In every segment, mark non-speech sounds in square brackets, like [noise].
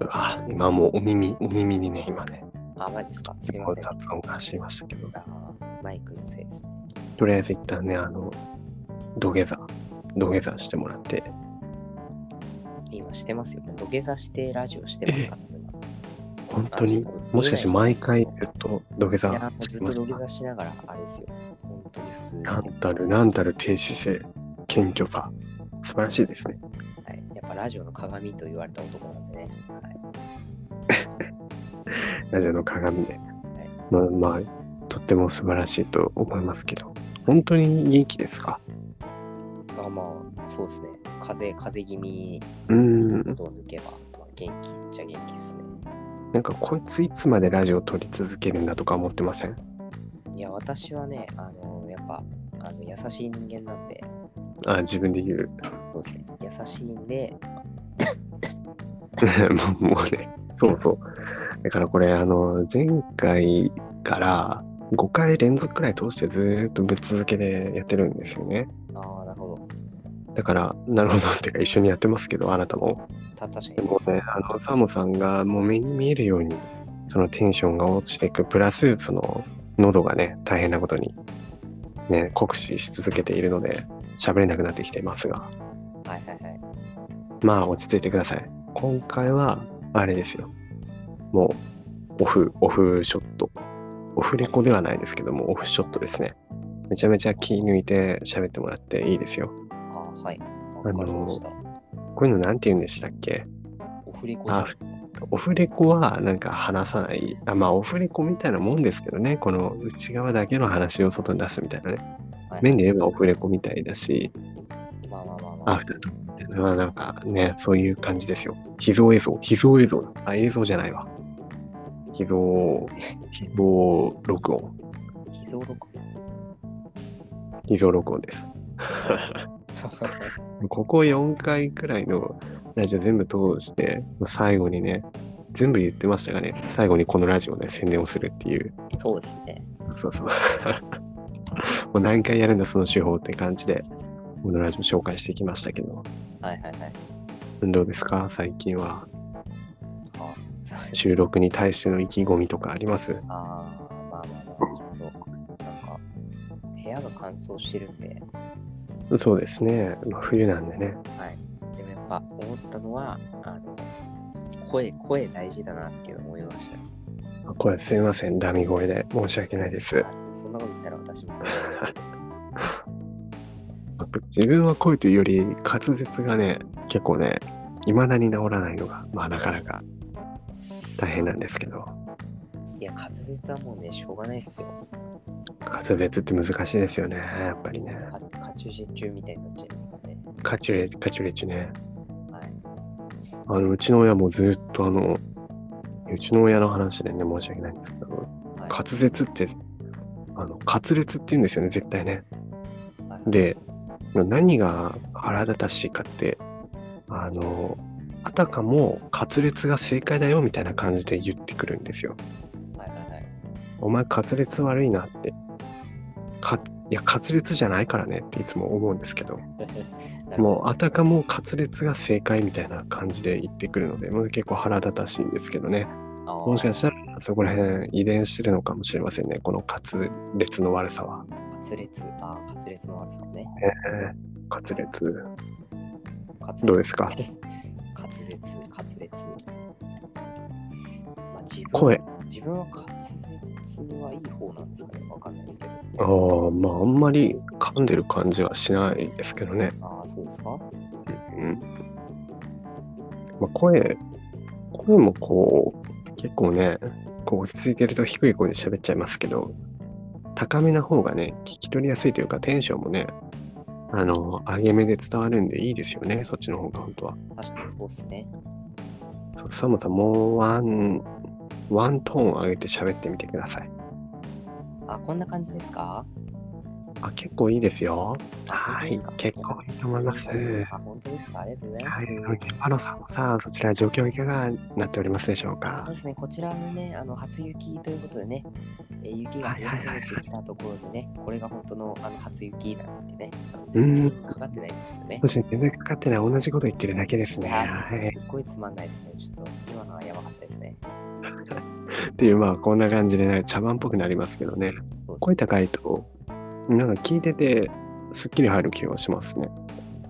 る。あ、今もうお耳、お耳にね、今ね、あ、マジですか。す結みま構せん。雑音がしましたけど、あーマイクのせいですね。とりあえず一旦ね、あの、土下座、土下座してもらって、今してますよ。もう土下座してラジオしてますから、本当にあちょっと、もしかして毎回見えないずっと土下いや座ー、もうずしってとまし土下た。座しながら、あれですよ。本当に普通に。なんたる、なんたる低姿勢、謙虚さ、素晴らしいですね。はい。やっぱラジオの鏡と言われた男なんでね。はい。ラジオの鏡で。まあまあ、とっても素晴らしいと思いますけど、本当に元気ですかあまあ、そうですね。風、風邪気味うーにん、音を抜けば、まあ、元気っちゃ元気ですね。なんかこいついつまでラジオ撮り続けるんだとか思ってませんいや、私はね、あのやっぱ、あの優しい人間なんで、あ、自分で言う。そうですね。優しいんで、もうもうね、 [laughs] そうそう。だからこれ、あの、前回から5回連続くらい通してずーっとぶっ続けでやってるんですよね。ああ、なるほど。だから、なるほどってか一緒にやってますけど、あなたも。た、確かにでそうもですねね。、あの、サモさんがもう目に見えるように、そのテンションが落ちていく、プラス、その、喉がね、大変なことに、ね、酷使し続けているので、喋れなくなってきていますが、はいはいはい。まあ、落ち着いてください。今回は、あれですよ。もう、オフ、オフショット。オフレコではないですけども、オフショットですね。めちゃめちゃ気抜いて喋ってもらっていいですよ。あーはい。わかりました。こういうのなんて言うんでしたっけオフレコじゃんあオフレコはなんか話さない。あまあ、オフレコみたいなもんですけどね。この内側だけの話を外に出すみたいなね。はい面で言えばオフレコみたいだし、まあまあまあまアあ。フタートークみたいな。まあなんかね、そういう感じですよ。秘蔵映像、秘蔵映像だ。あ、映像じゃないわ。秘蔵、秘蔵録音。秘蔵録音。秘蔵録音です。ここ4回くらいのラジオ全部通して、まあ最後にね、全部言ってましたがね、最後にこのラジオで宣伝をするっていう。 [laughs] そうですね。そう [laughs] そう。もう何回やるんだ、その手法って感じで、このラジオ紹介してきましたけど、はいはいはい。どうですか最近は。あそうです収録に対しての意気込みとかありますあーまあまあまあ、ちょっと、なんか、部屋が乾燥してるんで、そうですね。まあ、冬なんでね。はい。でもやっぱ思ったのは、あの、声、声大事だなっていうのを思いましたね。あこれすいません。ダミ声で申し訳ないです。あそんなこと言ったら [laughs] 私もそうだな自分は声というより滑舌がね、結構ね、未だに治らないのが、まあなかなか大変なんですけど、いや、滑舌はもうね、しょうがないっすよ。滑舌って難しいですよね。やっぱりね。カカチューシェ中みたいになっちゃいますからね。カチュレ、カチュレチね。はい。あの、うちの親もずっとあの、うちの親の話でね、申し訳ないんですけど、はい、滑舌って、あの、滑裂って言うんですよね、絶対ね。はいはい、で、何が腹立たしいかって、あの、あたかも滑裂が正解だよみたいな感じで言ってくるんですよ。はいはい [laughs] はい。お前滑裂悪いなって。かいや、滑裂じゃないからねっていつも思うんですけど、なるほもうあたかも滑裂が正解みたいな感じで言ってくるので、もう結構腹立たしいんですけどね。どあーもしかしたらそこら辺遺伝してるのかもしれませんね、この滑裂の悪さは。滑裂、あー滑裂の悪さね。えー滑裂、滑どうですか [laughs] 滑舌、滑舌。まあ、自分声。自分は滑舌はいい方なんですかねわかんないですけど。ああ、まああんまり噛んでる感じはしないですけどね。ああ、そうですかうん。まあ声、声もこう、結構ね、こう落ち着いてると低い声で喋っちゃいますけど、高めな方がね、聞き取りやすいというかテンションもね、あの、上げ目で伝わるんでいいですよね、そっちの方が本当は。確かにそうっすね。そうサモさん、もうワン、ワントーン上げて喋ってみてください。あ、こんな感じですかあ、結構いいですよ。は本当でいすか、結構いいと思います。あ、本当ですかありがとうございます。はい、その現場のさんもさん、そちら状況いかがなっておりますでしょうそうかで。すね、こちらにね、あの初雪ということでね、えー雪がはいはい降りはいは始いめてきたところでね、これが本当のあの初雪なんてね、あのん全然かかってないんですよねそ。して全然かかってない、同じこと言ってるだけですね。あーそうそうはいすっごいつまんないですね。ちょっと今のはやばかったですね。っていう、まあ、こんな感じでね、茶番っぽくなりますけどね。そうです声高いと、なんか聞いてて、すっきり入る気がしますね。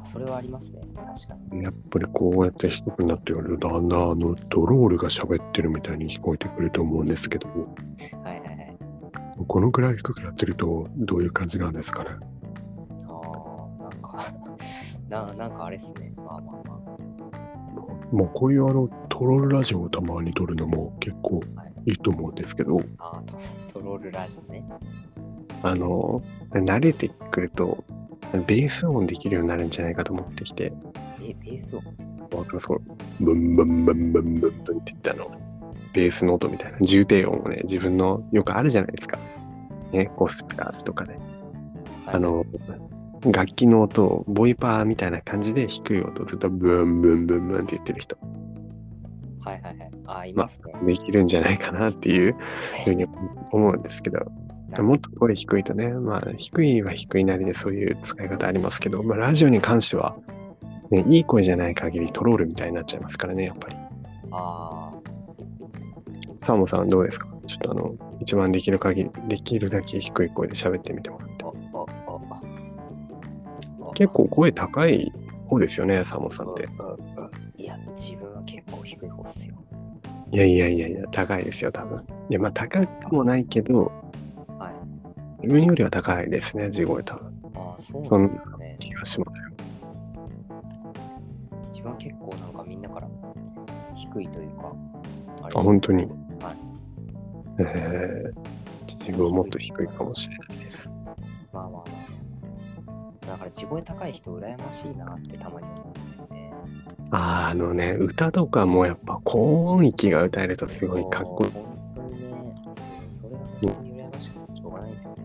あそれはありますね。確かに。やっぱりこうやって低くなってくると、だんだんあのドロールが喋ってるみたいに聞こえてくると思うんですけど、はいはいはい。このくらい低くなってると、どういう感じなんですかね。ああ、なんか [laughs] な、なんかあれですね。まあまあままあ、こういうあのトロールラジオをたまに撮るのも結構はいいいと思うんですけど、あ。あートトロールラジオね。あの、慣れてくると、ベース音できるようになるんじゃないかと思ってきて、え、ベースを。わかりますこれブンブンブンブンブンブンっていったの、ベースの音みたいな、重低音をね、自分のよくあるじゃないですか。ね、こうスプラーズとかで、あの、楽器の音をボイパーみたいな感じで低い音をずっとブンブンブンブンって言ってる人、はいはいはい。あー、いますね。できるんじゃないかなっていうふうに思うんですけど、なもっと声低いとね、まあ、低いは低いなりでそういう使い方ありますけど、まあ、ラジオに関しては、ね、いい声じゃない限りトロールみたいになっちゃいますからね、やっぱり。あサーモさんどうですかちょっとあの、一番できる限り、できるだけ低い声で喋ってみてもらってー。おおおお。お結構声高い方ですよね、サーモさんって。うんうんうんいや、自分は結構低い方っすよ。いやいやいやいや、高いですよ、多分。いや、まあ高くもないけど、はい。自分よりは高いですね、地声多分。ああ、そうそなんんですね。気がしますよ。自分は結構なんかみんなから低いというか、あれあ、です本当に。はいえー、自分はもっと低いかもしれないです。まあまあまあ。だから地声高い人羨ましいなってたまに思うんですよね。あーあのね、歌とかもやっぱ高音域が歌えるとすごいかっこいもう本当にね、そうそれが本当に羨ましくてしょうがないですよね。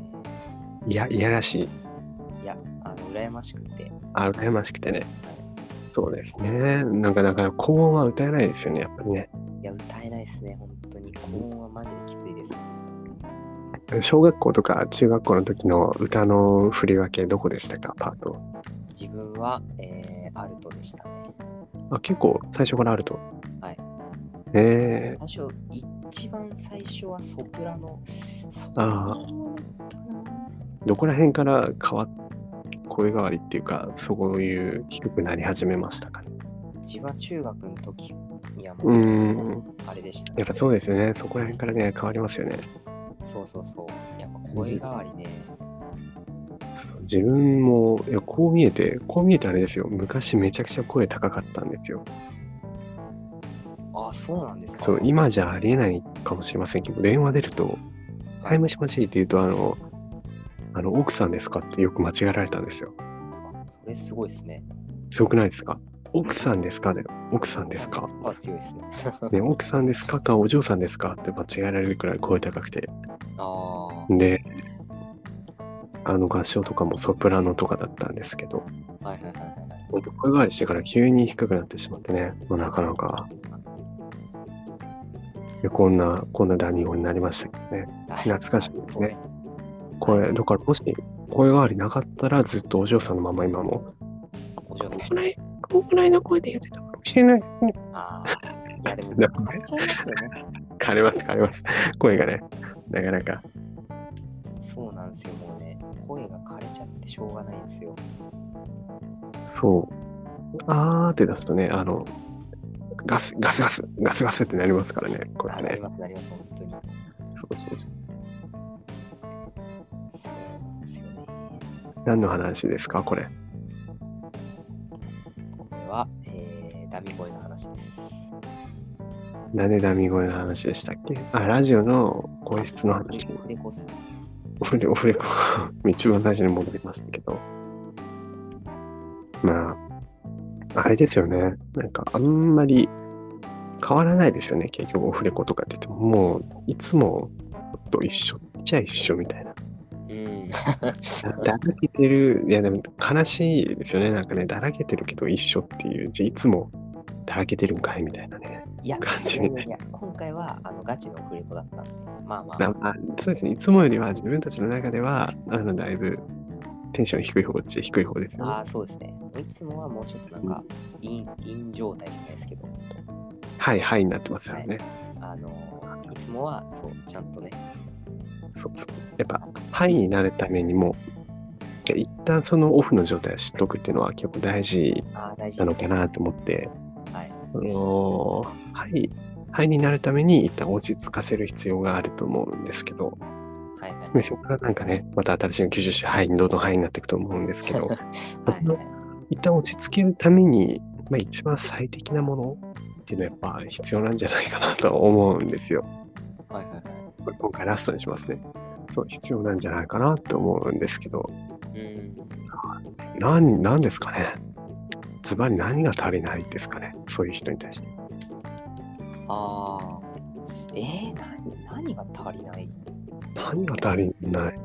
い。いや、いやらしい。いや、あの、羨ましくて。あ、羨ましくてね。そうですね。なんかだから高音は歌えないですよね、やっぱりね。いや、歌えないですね、本当に。高音はマジできついです。小学校とか中学校の時の歌の振り分けどこでしたか、パート。自分は、えー、アルトでしたね。あ、結構最初からあると。はい。え最初、一番最初はソプラノ。ソプラあーノだったかな。ー、どこら辺から変わっ声変わりっていうか、そういう低くなり始めましたかね。自分は中学の時にはもうう、ん。あれでした、やっぱそうですよね。そこら辺からね、変わりますよね。そうそうそう。やっぱ声変わりね。そう自分もいやこう見えてこう見えてあれですよ昔めちゃくちゃ声高かったんですよああ、そうなんですか。そう今じゃありえないかもしれませんけど電話出ると「はいもしもし」って言うとあの「あの奥さんですか?」ってよく間違えられたんですよあそれすごいですね。すごくないですか奥さんですかで奥さんですか、パは強いですね。 [laughs] ね、奥さんですかかお嬢さんですかって間違えられるくらい声高くてあであの合唱とかもソプラノとかだったんですけどあ、はいはいはいはいはい。声変わりしてから急に低くなってしまってね、まあ、なかなかいやこんな、こんな談義語になりましたけどね。あ懐かしいですね。これ、だからもし声変わりなかったら、ずっとお嬢さんのまま今も、お嬢さこん。ない、こないの声で言ってたかもしれない。ああ。いや、でも、だ枯れちゃいますよね。枯れます、枯れます。声がね、なかなか。そうなんですよ、もうね。声が枯れちゃってしょうがないんですよ。そう。あーって出すとね、あの、ガス、ガスガス、ガスガスってなりますからね、これあはなりね。ます、なります、本当に。そうそうそうなんですよね。何の話ですか、これ。これは、えー、ダミ声の話です。なんでダミ声の話でしたっけあ、ラジオの声質の話。フレコス。オフレオフレコ一番最初に戻りましたけど。まあ、あれですよね。なんかあんまり変わらないですよね。結局オフレコとかって言っても、もういつもと一緒っちゃ一緒みたいな。 [laughs] うん。だらけてる、いやでも悲しいですよね。なんかね、だらけてるけど一緒っていう、じゃあいつもだらけてるんかいみたいなね。いや、ガチいやいやいや今回はあのガチの振り子だったんで、まあまだあ、まあそうですね、いつもよりは自分たちの中では、あの、だいぶテンション低い方っちゃ低い方ですよねあ。あ、そうですね。いつもはもうちょっとなんか、陰陰状態じゃないですけど、はいはいになってますよね。あの、いつもはそう、ちゃんとね、そうそう。やっぱ、はいになるためにも、いや一旦そのオフの状態を知っとくっていうのは結構大事ああ、大事なでのすかね。なと思って、はい。あのはい、はいになるために一旦落ち着かせる必要があると思うんですけど、 [laughs] はいはい。でそこからなんかね、また新しいの吸収して、はい、どんどんはいになっていくと思うんですけど、はいはい。一旦落ち着けるために、まあ、一番最適なものっていうのはやっぱ必要なんじゃないかなと思うんですよ。はいはいはこれ今回ラストにしますね。そう、必要なんじゃないかなと思うんですけど、い。うん。何、何ですかねズバリ何が足りないですかねそういう人に対して。ああ。えー、何何が足りない何が足りない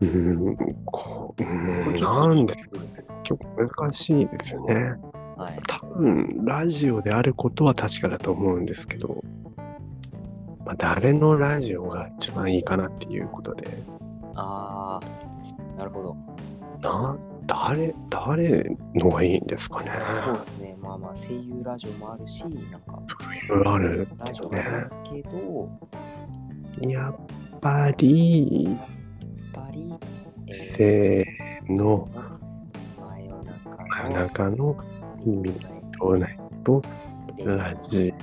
うーん、こう、うーん、なんですかですよ結構難しいですよね。はい。多分ラジオであることは確かだと思うんですけど、まあ、誰のラジオが一番いいかなっていうことでああ。なるほど。な誰誰のがいいんですかねそうですね。まあまあ、声優ラジオもあるし、なんか、いろいろあるラジオもありまねすけど、やっぱりやっぱり、えー、せーの真夜中の真ん中の耳とないとラジ